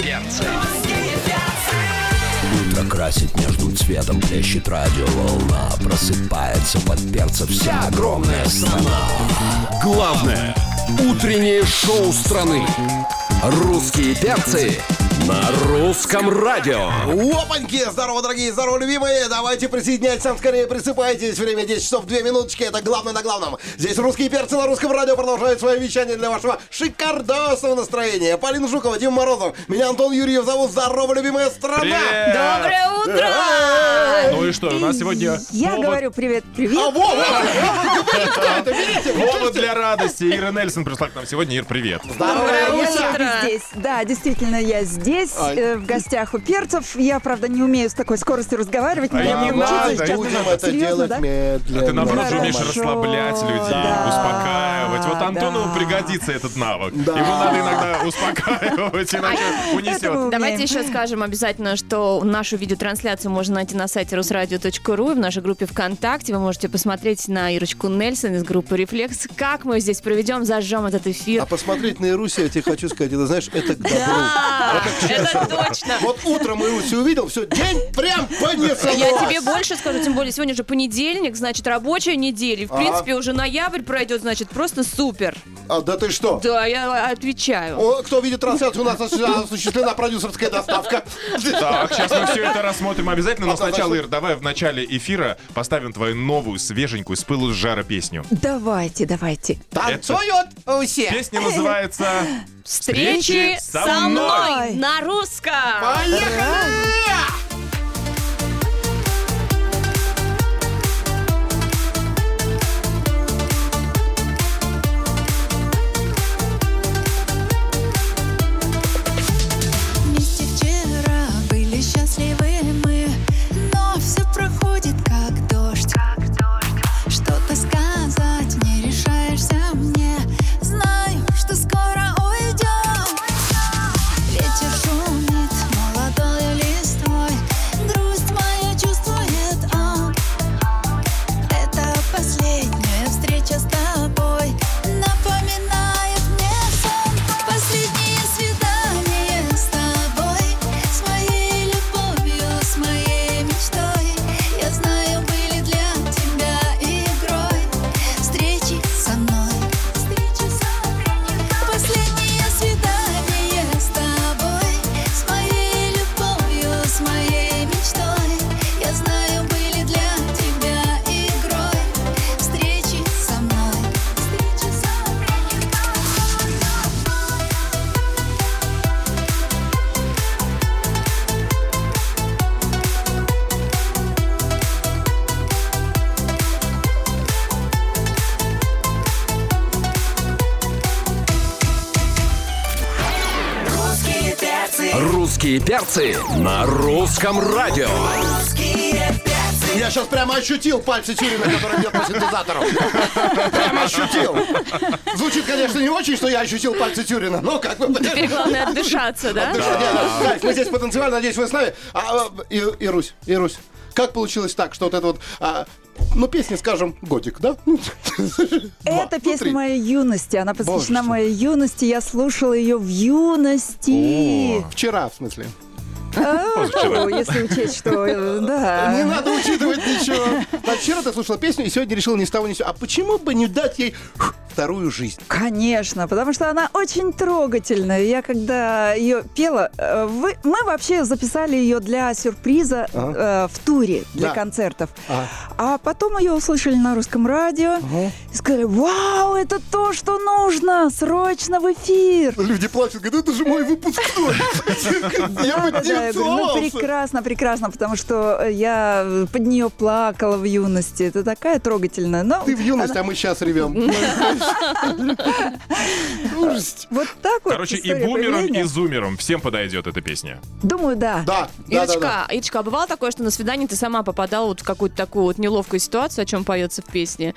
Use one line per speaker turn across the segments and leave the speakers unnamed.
перцы.
Будто красит между цветом Плещет радиоволна Просыпается под перца Вся огромная страна Главное Утреннее шоу страны Русские перцы На русском радио
Опаньки! Здорово, дорогие, здорово, любимые! Давайте присоединяйтесь, сам скорее присыпайтесь. Время 10 часов 2 минуточки. Это главное на главном. Здесь русские перцы на русском радио продолжают свое вещание для вашего шикардосного настроения. Полина Жукова, Дима Морозов. Меня Антон Юрьев зовут. Здорово, любимая страна!
Доброе
Э,
утро!
Ну и что, у нас сегодня
Я
повод-
говорю
А
привет-привет.
во, во!
повод для радости. Ира Нельсон пришла к нам сегодня. Ир, привет.
Здорово!
Я здесь. Да, действительно, я здесь,
Ай.
э, в гостях у перцев. Я, правда, не умею с такой скоростью разговаривать, но
А
я
не
буду учиться
надо,
сейчас.
Будем это
Серьезно,
делать
да?
медленно.
А ты наоборот же
Хорошо,
умеешь расслаблять людей,
да,
успокаивать. Вот Антону
да.
пригодится этот навык.
Да.
Его надо иногда успокаивать, иначе
А Это мы
унесет.
Давайте
умеем.
еще скажем обязательно, что нашу видеотрансляцию можно найти на сайте rusradio.ru и в нашей группе ВКонтакте. Вы можете посмотреть на Ирочку Нельсон из группы «Рефлекс». Как мы здесь проведем, зажжем этот эфир.
А посмотреть на Ируси, я тебе хочу сказать, это, знаешь, это к добру.
Да, А, это точно.
Вот утром Ируси увидел, все, день прям понесло.
Я тебе больше скажу, тем более сегодня же понедельник, значит, рабочая неделя. И, В
Ага.
принципе, уже ноябрь пройдет, значит, просто супер.
А, да ты что?
Да, я отвечаю.
О, кто видит трансляцию, у нас осу- осуществлена продюсерская доставка.
Так, сейчас мы все это рассмотрим обязательно, но
Однозначно.
сначала, Ир, давай в начале эфира поставим твою новую, свеженькую, с пылу с жара песню.
Давайте, давайте.
Танцуют все.
Песня называется
Встречи со мной на русском.
Поехали!
Вместе вчера были счастливы мы, но все проходит как дождь. Что-то сказать не решаешься мне, знаю, что скоро уйдем. Ветер шумит молодой листвой, грусть моя чувствует он. Это последняя встреча с тобой Напоминает мне сон Последнее свидание с тобой С моей любовью, с моей мечтой Я знаю, были для тебя игрой Встречи со мной Последнее свидание с тобой С моей любовью, с моей мечтой Я знаю, были для тебя игрой Встречи со мной Встречи со мной
Русские перцы На русском радио
Я сейчас прямо ощутил пальцы Тюрина, который бьет по синтезатору. Прямо ощутил. Звучит, конечно, не очень, что я ощутил пальцы Тюрина, но как бы...
Теперь главное отдышаться, да?
Ты что, Диана, кайф, мы здесь потенциально, надеюсь, вы с нами. А, а, и, Ирусь, Ирусь, как получилось так, что вот это вот... а, ну, песня, скажем, годик, да? Ну, два,
Это
ну,
песня
три.
моей юности. Она посвящена
что.
моей юности. Я слушала ее в юности.
Вчера, в смысле.
Ну, Если учесть, что... э,
Не
Да.
надо учитывать ничего. Значит, вчера ты слушала песню и сегодня решила ни с того ни с сего. А почему бы не дать ей вторую жизнь?
Конечно, потому что она очень трогательная. Я когда ее пела, э, вы- мы вообще записали ее для сюрприза э, в туре для
Да.
концертов.
Ага.
А потом ее услышали на русском радио и сказали: Вау, это то, что нужно! Срочно в эфир!
Люди плачут, говорят, это же мой выпускной. Я бы
Да, я
не
говорю, ну
целовался.
прекрасно, прекрасно, потому что э, я э, под нее плакала в юности. Это такая трогательная. Ну, Но
Ты в юность, а мы сейчас
Ну,
ревем. Ужас.
вот так вот.
Короче, и
история
бумером,
появления.
и зумером всем подойдет эта песня.
Думаю, да.
Да, да, да, да.
Ирочка, Ирочка, а бывало такое, что на свидании ты сама попадала вот в какую-то такую вот неловкую ситуацию, о чем поется в песне?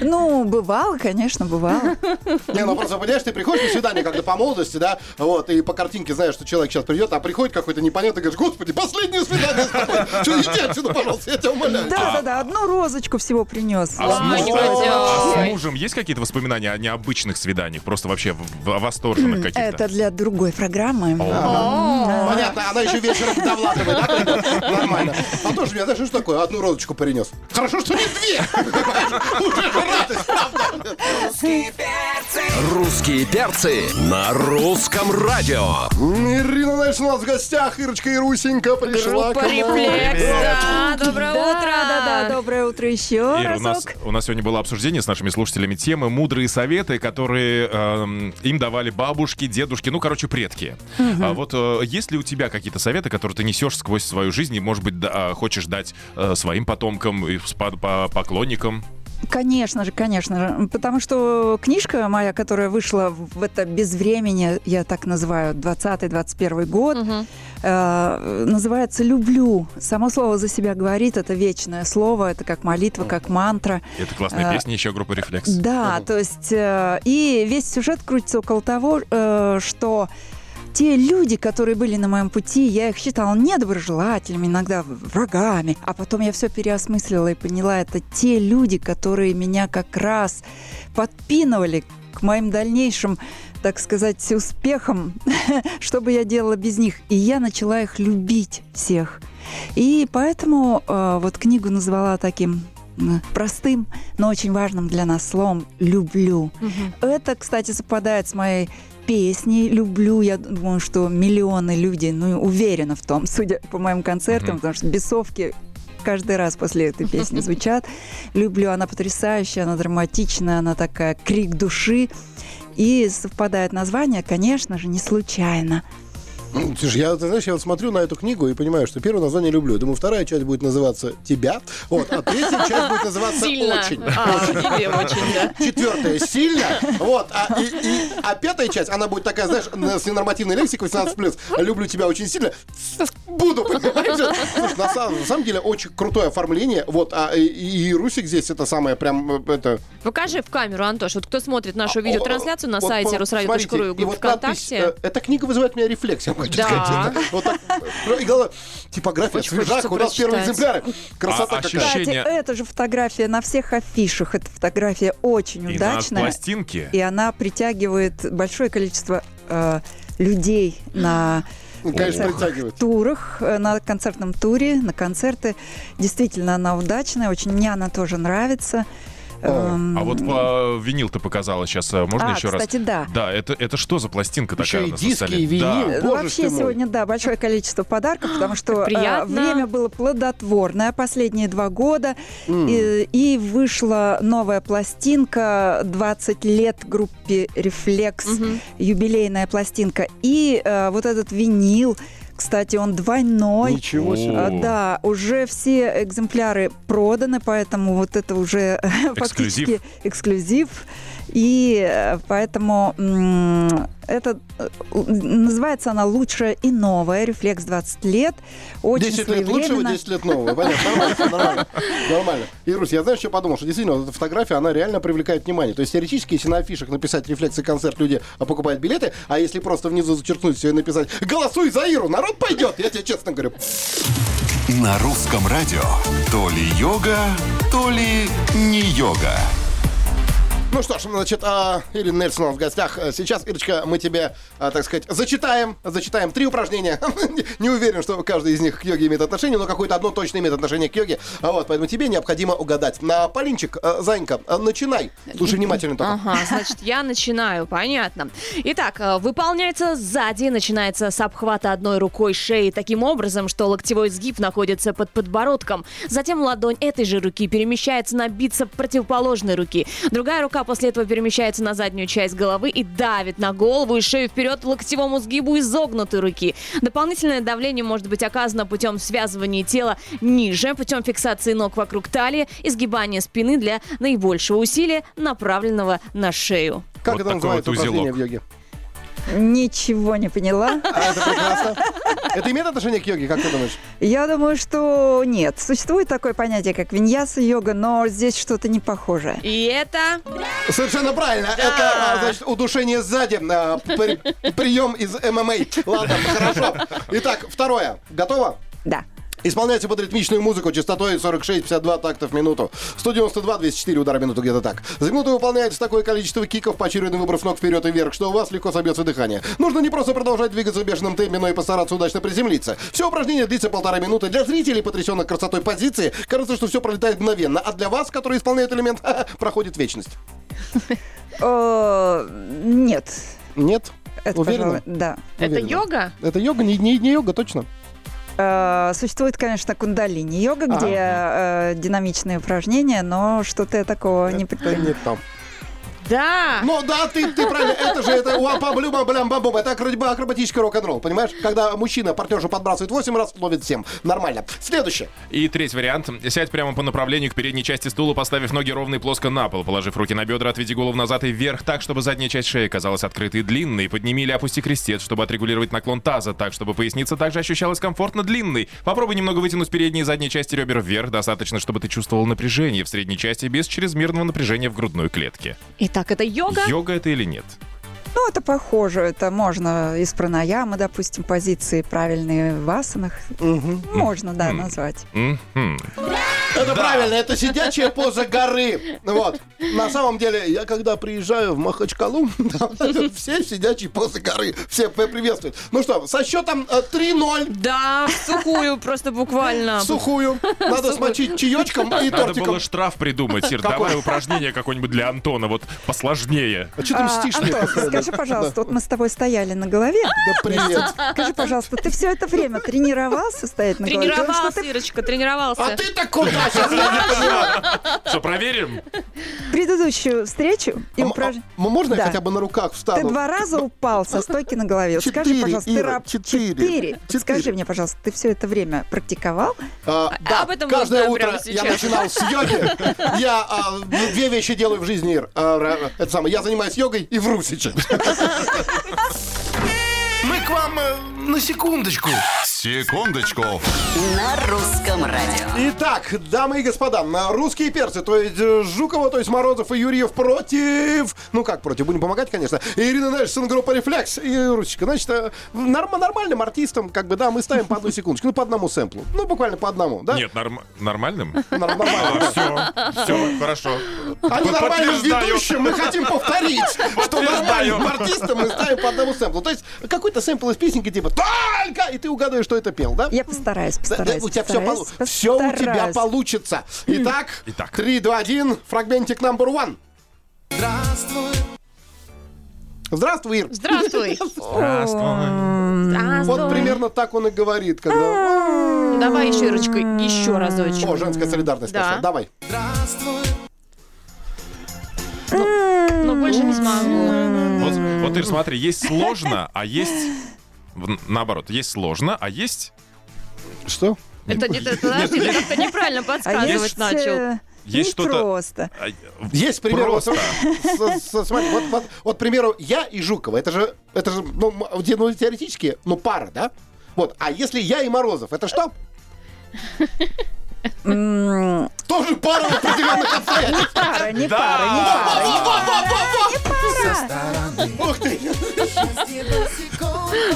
Ну, бывало, конечно, бывало.
Не, ну просто, понимаешь, ты приходишь на свидание, когда по молодости, да, вот, и по картинке знаешь, что человек сейчас придет, а приходит какой-то непонятный, говоришь, господи, последнее свидание с тобой. Что, иди отсюда, пожалуйста, я тебя умоляю.
Да, да, да, одну розочку всего принес.
А с, мужем,
не хотела.
а с мужем есть какие-то воспоминания о необычных свиданиях? Просто вообще в- в- восторженных
Это
каких-то?
для другой программы.
Понятно, она еще вечером довлатывает. да, поэтому Нормально. А тоже меня, знаешь, что такое? Одну розочку принес. Хорошо, что не две. понимаешь? Уже же радость, правда?
Русские перцы на русском радио.
Ирина Нальшин у нас в гостях. Ирочка и Русенька пришла
Группа
к нам.
«Рефлекс». Да, доброе
Да,
утро.
Да, да, доброе утро еще
Ира, у нас,
разок.
у нас сегодня было обсуждение с нашими слушателями темы «Мудрые советы», которые эм, им давали бабушки, дедушки, ну, короче, предки. А вот э, есть ли у тебя какие-то советы, которые ты несешь сквозь свою жизнь и, может быть, да- а, хочешь дать э, своим потомкам и с по- по- поклонникам?
Конечно же, конечно же. Потому что книжка моя, которая вышла в это безвремение, я так называю, 20-21 год, э, называется «Люблю». Само слово за себя говорит, это вечное слово, это как молитва, как мантра.
Это классная
А,
песня еще группы «Рефлекс».
Да, то есть э, и весь сюжет крутится около того, э, что те люди, которые были на моем пути, я их считала недоброжелателями, иногда врагами, а потом я все переосмыслила и поняла, это те люди, которые меня как раз подпинывали к моим дальнейшим, так сказать, успехам, что бы я делала без них. И я начала их любить всех. И поэтому э, вот книгу назвала таким м, простым, но очень важным для нас словом «люблю». Это, кстати, совпадает с моей песней «Люблю». Я думаю, что миллионы людей, ну, уверена в том, судя по моим концертам,
Мгм.
потому что бесовки каждый раз после этой песни звучат. «Люблю». Она потрясающая, она драматичная, она такая крик души. И совпадает название, конечно же, не случайно.
Ну, Слушай, я, ты знаешь, я вот смотрю на эту книгу и понимаю, что первое название люблю. Думаю, вторая часть будет называться «Тебя», вот, а третья часть будет называться
Сильно.
«Очень».
А, тебе очень, да.
Четвертая «Сильно», вот, а, и, и- а пятая часть, она будет такая, знаешь, на- с ненормативной лексикой 18+. «Люблю тебя очень сильно, буду», понимаешь? Слушай, на самом, на самом деле, очень крутое оформление, вот, а и, и Русик здесь, это самое прям, э, это...
Покажи в камеру, Антош. Вот кто смотрит нашу видеотрансляцию на
А, Вот,
сайте
вот, смотрите,
rusradio.ru и
и
группе
вот надпись,
ВКонтакте.
э, Эта книга вызывает у меня рефлекс, я вам хочу
Да.
сказать. Это Вот так. Ну, И главное, типография,
Очень
свежак,
хочется
у нас первые
прочитать.
экземпляры. Красота
А,
какая.
ощущ-
Кстати,
Ощущение-
это же фотография на всех афишах. Эта фотография очень
И на
удачная.
пластинке.
И она притягивает большое количество э, людей на
Конечно,
концертных
притягивает.
турах, э, на концертном туре, на концерты. Действительно, она удачная. Очень мне она тоже нравится. Эм,
А вот по винил ты показала сейчас. а, Можно
а,
еще раз?
кстати, да.
Да, это, это что за пластинка такая
Еще
у
и
нас на
диски,
столе?
и
Да.
винил. Боже ж
Вообще
ты мой.
сегодня, да, большое количество подарков, потому что
Как приятно.
э, время было плодотворное последние два года. И, и вышла новая пластинка 20 лет группе «Рефлекс», юбилейная пластинка. И э, вот этот винил, кстати, он двойной.
Ничего себе.
А,
О.
Да, уже все экземпляры проданы, поэтому вот это уже э, фактически эксклюзив. И э, поэтому м, это э, у- называется она лучшая и новая. Рефлекс 20 лет. Очень
10 лет лучшего,
своевременно.
10 лет нового. Понятно, нормально, всё нормально. Нормально. И, Русь, я знаешь, что подумал, что действительно вот эта фотография, она реально привлекает внимание. То есть теоретически, если на афишах написать рефлексы концерт, люди а, покупают билеты, а если просто внизу зачеркнуть все и написать «Голосуй за Иру, народ пойдет!» Я тебе честно говорю.
На русском радио то ли йога, то ли не йога.
Ну что ж, значит, а, Ирина Нельсон у нас в гостях. А, Сейчас, Ирочка, мы тебе, а, так сказать, зачитаем, зачитаем три упражнения. Не уверен, что каждый из них к йоге имеет отношение, но какое-то одно точно имеет отношение к йоге. А Вот, поэтому тебе необходимо угадать. На Полинчик, а, Занька, а, начинай. Слушай внимательно только.
Ага, значит, я начинаю, понятно. Итак, э, выполняется сзади, начинается с обхвата одной рукой шеи таким образом, что локтевой сгиб находится под подбородком. Затем ладонь этой же руки перемещается на бицеп противоположной руки. Другая рука после этого перемещается на заднюю часть головы и давит на голову и шею вперед локтевому сгибу изогнутой руки. Дополнительное давление может быть оказано путем связывания тела ниже, путем фиксации ног вокруг талии и сгибания спины для наибольшего усилия, направленного на шею.
Как
Вот
это
такой
называется
вот
упражнение
узелок.
в йоге?
Ничего не поняла.
А, это прекрасно. Это имеет отношение к йоге, как ты думаешь?
Я думаю, что нет. Существует такое понятие, как виньяса йога, но здесь что-то не похожее.
И это...
Совершенно правильно. Это, а, значит, удушение сзади. а, при- Прием из ММА. Ладно, хорошо. Итак, второе. Готово?
Да.
Исполняйте под ритмичную музыку частотой 46-52 тактов в минуту. 192-204 удара в минуту где-то так. За минуту выполняется такое количество киков, поочередно выбрав ног вперед и вверх, что у вас легко собьется дыхание. Нужно не просто продолжать двигаться в бешеном темпе, но и постараться удачно приземлиться. Все упражнение длится полтора минуты. Для зрителей, потрясенных красотой позиции, кажется, что все пролетает мгновенно, а для вас, которые исполняют элемент, проходит вечность.
Э, Нет.
Нет?
Это,
Уверена?
пожалуй, да.
Это
Уверена.
йога?
Это йога? Не, не- не йога, точно.
Э, Существует, конечно,
А.
кундалини-йога, где э, динамичные упражнения, но что-то я такого не
Это
предпринимаю.
не там.
Да!
Ну да, ты, ты правильно, это же это уапа блюба блям бабом это акро- акробатический рок-н-ролл, понимаешь? Когда мужчина партнершу подбрасывает 8 раз, ловит 7. Нормально. Следующее.
И третий вариант. Сядь прямо по направлению к передней части стула, поставив ноги ровно и плоско на пол. Положив руки на бедра, отведи голову назад и вверх так, чтобы задняя часть шеи казалась открытой и длинной. Подними или опусти крестец, чтобы отрегулировать наклон таза, так, чтобы поясница также ощущалась комфортно длинной. Попробуй немного вытянуть передние и задние части ребер вверх, достаточно, чтобы ты чувствовал напряжение в средней части без чрезмерного напряжения в грудной клетке.
Итак, это йога.
Йога это или нет?
Ну, это похоже. Это можно из пранаямы, допустим, позиции правильные в асанах. Можно, да, назвать.
Мгм.
Это правильно, это сидячая поза горы. Ну Вот. На самом деле, я когда приезжаю в Махачкалу, там все сидячие позы горы. Все п- приветствуют. Ну что, со счетом э, 3-0
Да, в сухую, просто буквально.
в сухую. Надо смочить чаечком и
Надо
тортиком.
было штраф придумать, Сир. Давай упражнение какое-нибудь для Антона, вот посложнее.
А что ты мстишь мне?
Антон, скажи, пожалуйста, вот мы с тобой стояли на голове.
Да привет.
Скажи, пожалуйста, ты все это время тренировался стоять на голове? Потому что
Тренировался, Ирочка, тренировался.
А ты-то куда сейчас? Я не понимаю.
Что, проверим?
предыдущую встречу и
А м-
упражнение...
а м- Можно я
Да.
хотя бы на руках
Ты
встану?
два раза упал со стойки на голове. Вот
Четыре,
скажи, пожалуйста, ты
Ира,
раб-
четыре. Четыре.
Вот Скажи мне, пожалуйста, ты все это время практиковал?
А, да,
об этом
каждое
можно
утро
прямо
я
сейчас.
начинал с йоги. Я а, д- две вещи делаю в жизни, Ир. А, ра- Это самое, я занимаюсь йогой и вру сейчас.
Мы к вам на секундочку.
Секундочку.
На русском радио.
Итак, дамы и господа, на русские перцы, то есть э, Жукова, то есть Морозов и Юрьев против... Ну как против, будем помогать, конечно. И Ирина Нельсон, группа «Рефлекс» и Русечка. Значит, э, норм- нормальным артистам, как бы, да, мы ставим по одну секундочку, ну по одному сэмплу. Ну буквально по одному, да?
Нет, норм- нормальным?
Норм- Нормально. да.
Все, все, хорошо.
А не нормальным
Подтверждаю.
ведущим мы хотим повторить, что нормальным артистам мы ставим по одному сэмплу. То есть какой-то сэмпл из песенки типа «Только!» и ты угадываешь, что это пел, да?
Я постараюсь,
Да, да,
постараюсь,
у тебя все,
постараюсь,
все у тебя
постараюсь.
получится. Итак,
Итак.
3, 2, 1, фрагментик number one. Здравствуй. Здравствуй, Ир.
Здравствуй. А,
Здравствуй.
Здравствуй.
Вот примерно так он и говорит,
А.
когда...
Давай еще, Ирочка, еще разочек.
О, женская солидарность
Да.
пошла. Давай.
Но Ну, больше не смогу.
Вот, вот, Ир, смотри, есть сложно, а есть... в- Наоборот, есть сложно, а есть...
Что?
Это не- это- подожди, ты как-то неправильно
А
подсказывать
есть,
начал.
э,
Есть
не
что-то-
просто.
а,
Есть, к примеру, вот,
Просто.
с- с- смотри, вот, вот, вот, к примеру, я и Жукова, это же, это же, ну, м- где, ну, теоретически, ну, пара, да? Вот, а если я и Морозов, это что? Тоже пара в определенных обстоятельств.
Пара, не
Да.
пара, не пара.
Ух ты! Я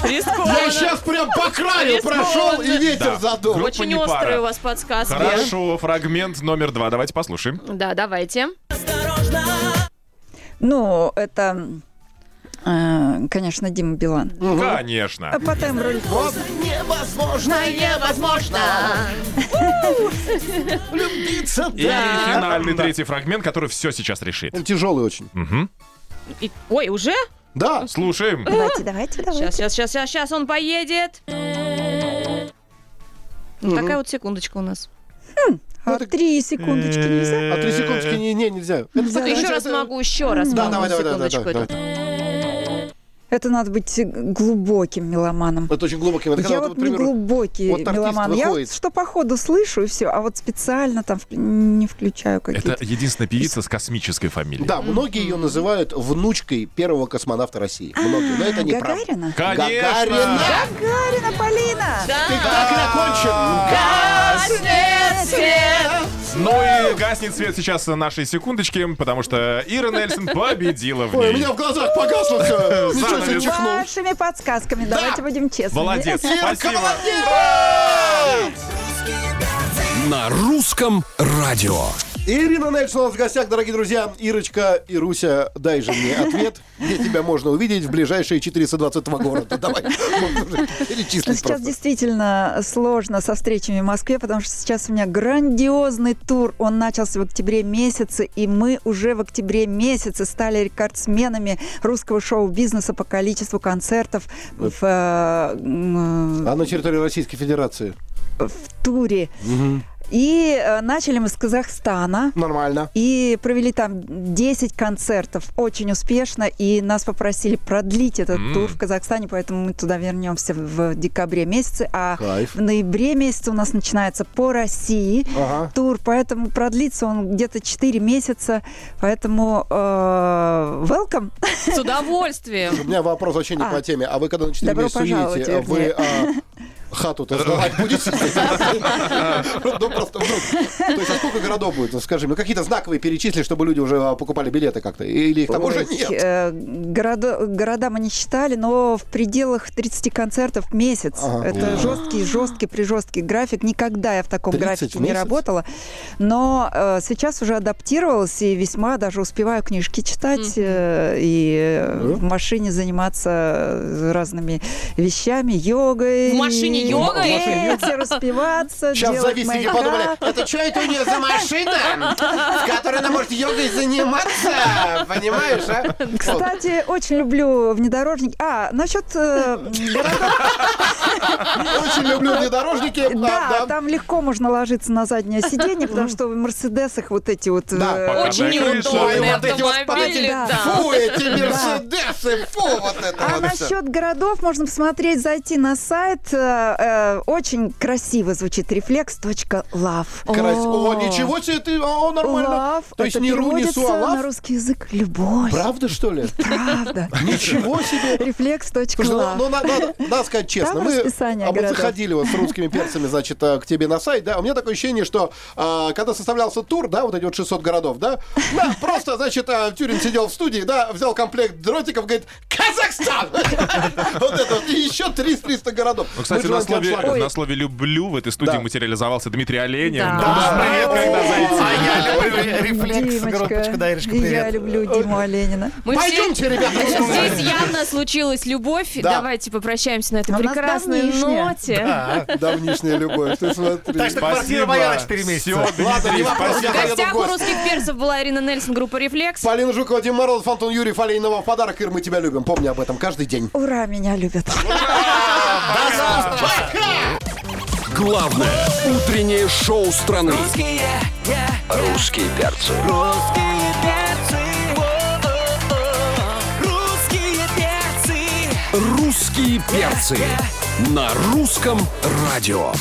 Рискованно.
сейчас прям по краю прошел и ветер
Да.
задул.
Группа
Очень
не пара.
острые у вас подсказки.
Хорошо, фрагмент номер два, давайте послушаем.
Да, давайте.
Ну, это, э, конечно, Дима Билан.
Конечно.
По тембру льва.
Невозможно, невозможно. Влюбиться,
И финальный третий фрагмент, который все сейчас решит.
Он тяжелый очень.
И- Ой, уже?
Да.
Слушаем.
Давайте, давайте, давайте.
Сейчас, сейчас, сейчас, сейчас, сейчас он поедет. Вот Такая вот секундочка у нас.
Ну,
А три секундочки нельзя?
Э.
А три секундочки не, не, нельзя. Это,
Так,
кстати,
еще раз
это-
могу, еще раз
Да,
могу.
давай, давай, давай,
секундочку
давай,
эту.
давай.
Это надо быть глубоким меломаном.
Это очень глубокий момент.
Я
Когда
вот
к
не
примеру,
глубокий
вот артист
меломан.
выходит.
Я вот что по ходу слышу и все, а вот специально там вк- не включаю
Это
какие-то.
единственная певица с космической фамилией.
Да, многие ее называют внучкой первого космонавта России.
А,
Многие, но это не правда.
Гагарина?
Конечно!
Гагарина!
Гагарина Полина!
Ты так закончен!
А,
Ну и гаснет свет сейчас нашей секундочки, потому что Ира Нельсон победила в
Ой, у
ней.
меня в глазах погасло все. Ничего себе
Занавес.
чихнул.
Вашими подсказками, давайте будем честными.
Молодец, спасибо.
Молодец!
На русском радио.
Ирина Нельсон у нас в гостях, дорогие друзья. Ирочка и Руся, дай же мне ответ, где тебя можно увидеть в ближайшие 422 города. Давай, можно уже
Ну,
перечислить
Сейчас
просто.
действительно сложно со встречами в Москве, потому что сейчас у меня грандиозный тур. Он начался в октябре месяце, и мы уже в октябре месяце стали рекордсменами русского шоу-бизнеса по количеству концертов в, э, м,
А на территории Российской Федерации?
в туре. И э, начали мы с Казахстана.
Нормально.
И провели там 10 концертов очень успешно, и нас попросили продлить этот тур в Казахстане, поэтому мы туда вернемся в декабре месяце, а
Кайф.
в ноябре месяце у нас начинается по России
Ага.
тур, поэтому продлится он где-то 4 месяца, поэтому э, welcome.
С удовольствием.
У меня вопрос вообще не
А.
по теме. А вы когда на 4
Добро
месяца
пожаловать,
уедете, э, вы
вернее.
а, хату-то сдавать будете? Ну, просто вдруг. То есть, а сколько городов будет? Ну, Скажи мне, какие-то знаковые перечисли, чтобы люди уже а, покупали билеты как-то? Или их там уже А
Ой,
нет?
э, городо- города мы не считали, но в пределах 30 концертов в месяц.
Ага.
Это жесткий, жесткий, прижесткий график. Никогда я в таком
30
графике
в
не
месяц?
работала. Но э, сейчас уже адаптировалась и весьма даже успеваю книжки читать э, и э, в машине заниматься разными вещами, йогой.
В машине йога?
Деться, распеваться,
Сейчас
делать
завистники
мейкап.
подумали, это что это у нее за машина, в которой она может йогой заниматься, понимаешь, а?
Кстати, очень люблю внедорожники. А, насчет э,
Очень люблю внедорожники.
Да,
а, да.
там легко можно ложиться на заднее сиденье, потому что в Мерседесах вот эти вот...
Да,
э,
пока
Очень
такая крыша.
Ой,
неудобный
вот эти вот
автомобиль.
да.
да.
Фу, эти мерседесы, фу, вот это
А
вот всё.
насчет городов можно посмотреть, зайти на сайт. э, э, Очень красиво звучит reflex.love.
Крас- О, ничего себе ты, о, нормально.
Love,
То есть
это
не ру, не
переводится
су, а
на
лав?
русский язык любовь.
Правда, что ли?
Правда.
Ничего себе. Слушай, ну, ну,
Reflex.love.
на- надо, надо сказать честно,
Там
мы,
расписание
а мы
городов.
заходили вот с русскими перцами, значит, э, к тебе на сайт, да, у меня такое ощущение, что э, когда составлялся тур, да, вот эти вот 600 городов, да, да, просто, значит, э, Тюрин сидел в студии, да, взял комплект дротиков, говорит, Казахстан! Вот это вот, и еще 300-300 городов.
Ну, кстати,
Мы
на
желаем тебе
слове,
аншлага.
на слове «люблю» в этой студии
Да.
материализовался Дмитрий Оленев.
Да.
Ну,
Привет, когда зайти. А я люблю рефлекс. Группочка, да,
Димочка.
Иришка,
И я
привет.
люблю Диму Оленина.
Мы все-
Пойдемте, ребята!
Здесь явно случилась любовь.
Да.
Давайте попрощаемся на этой
А у нас
прекрасной
давнишняя.
ноте.
А, Давнишняя любовь, ты смотри.
Так что квартира моя на 4 месяца.
Всё,
Ладно, не вопрос, я
В
заеду
гостях
в
у
гости.
русских перцев была Ирина Нельсон, группа «Рефлекс».
Полина Жукова, Дима Морозов, Антон Юрьев, Оленинова. В подарок, Ир, мы тебя любим. Помни об этом каждый день.
Ура, меня любят.
Главное утреннее шоу страны. Русские, перцы. Русские перцы. Русские перцы. На русском радио.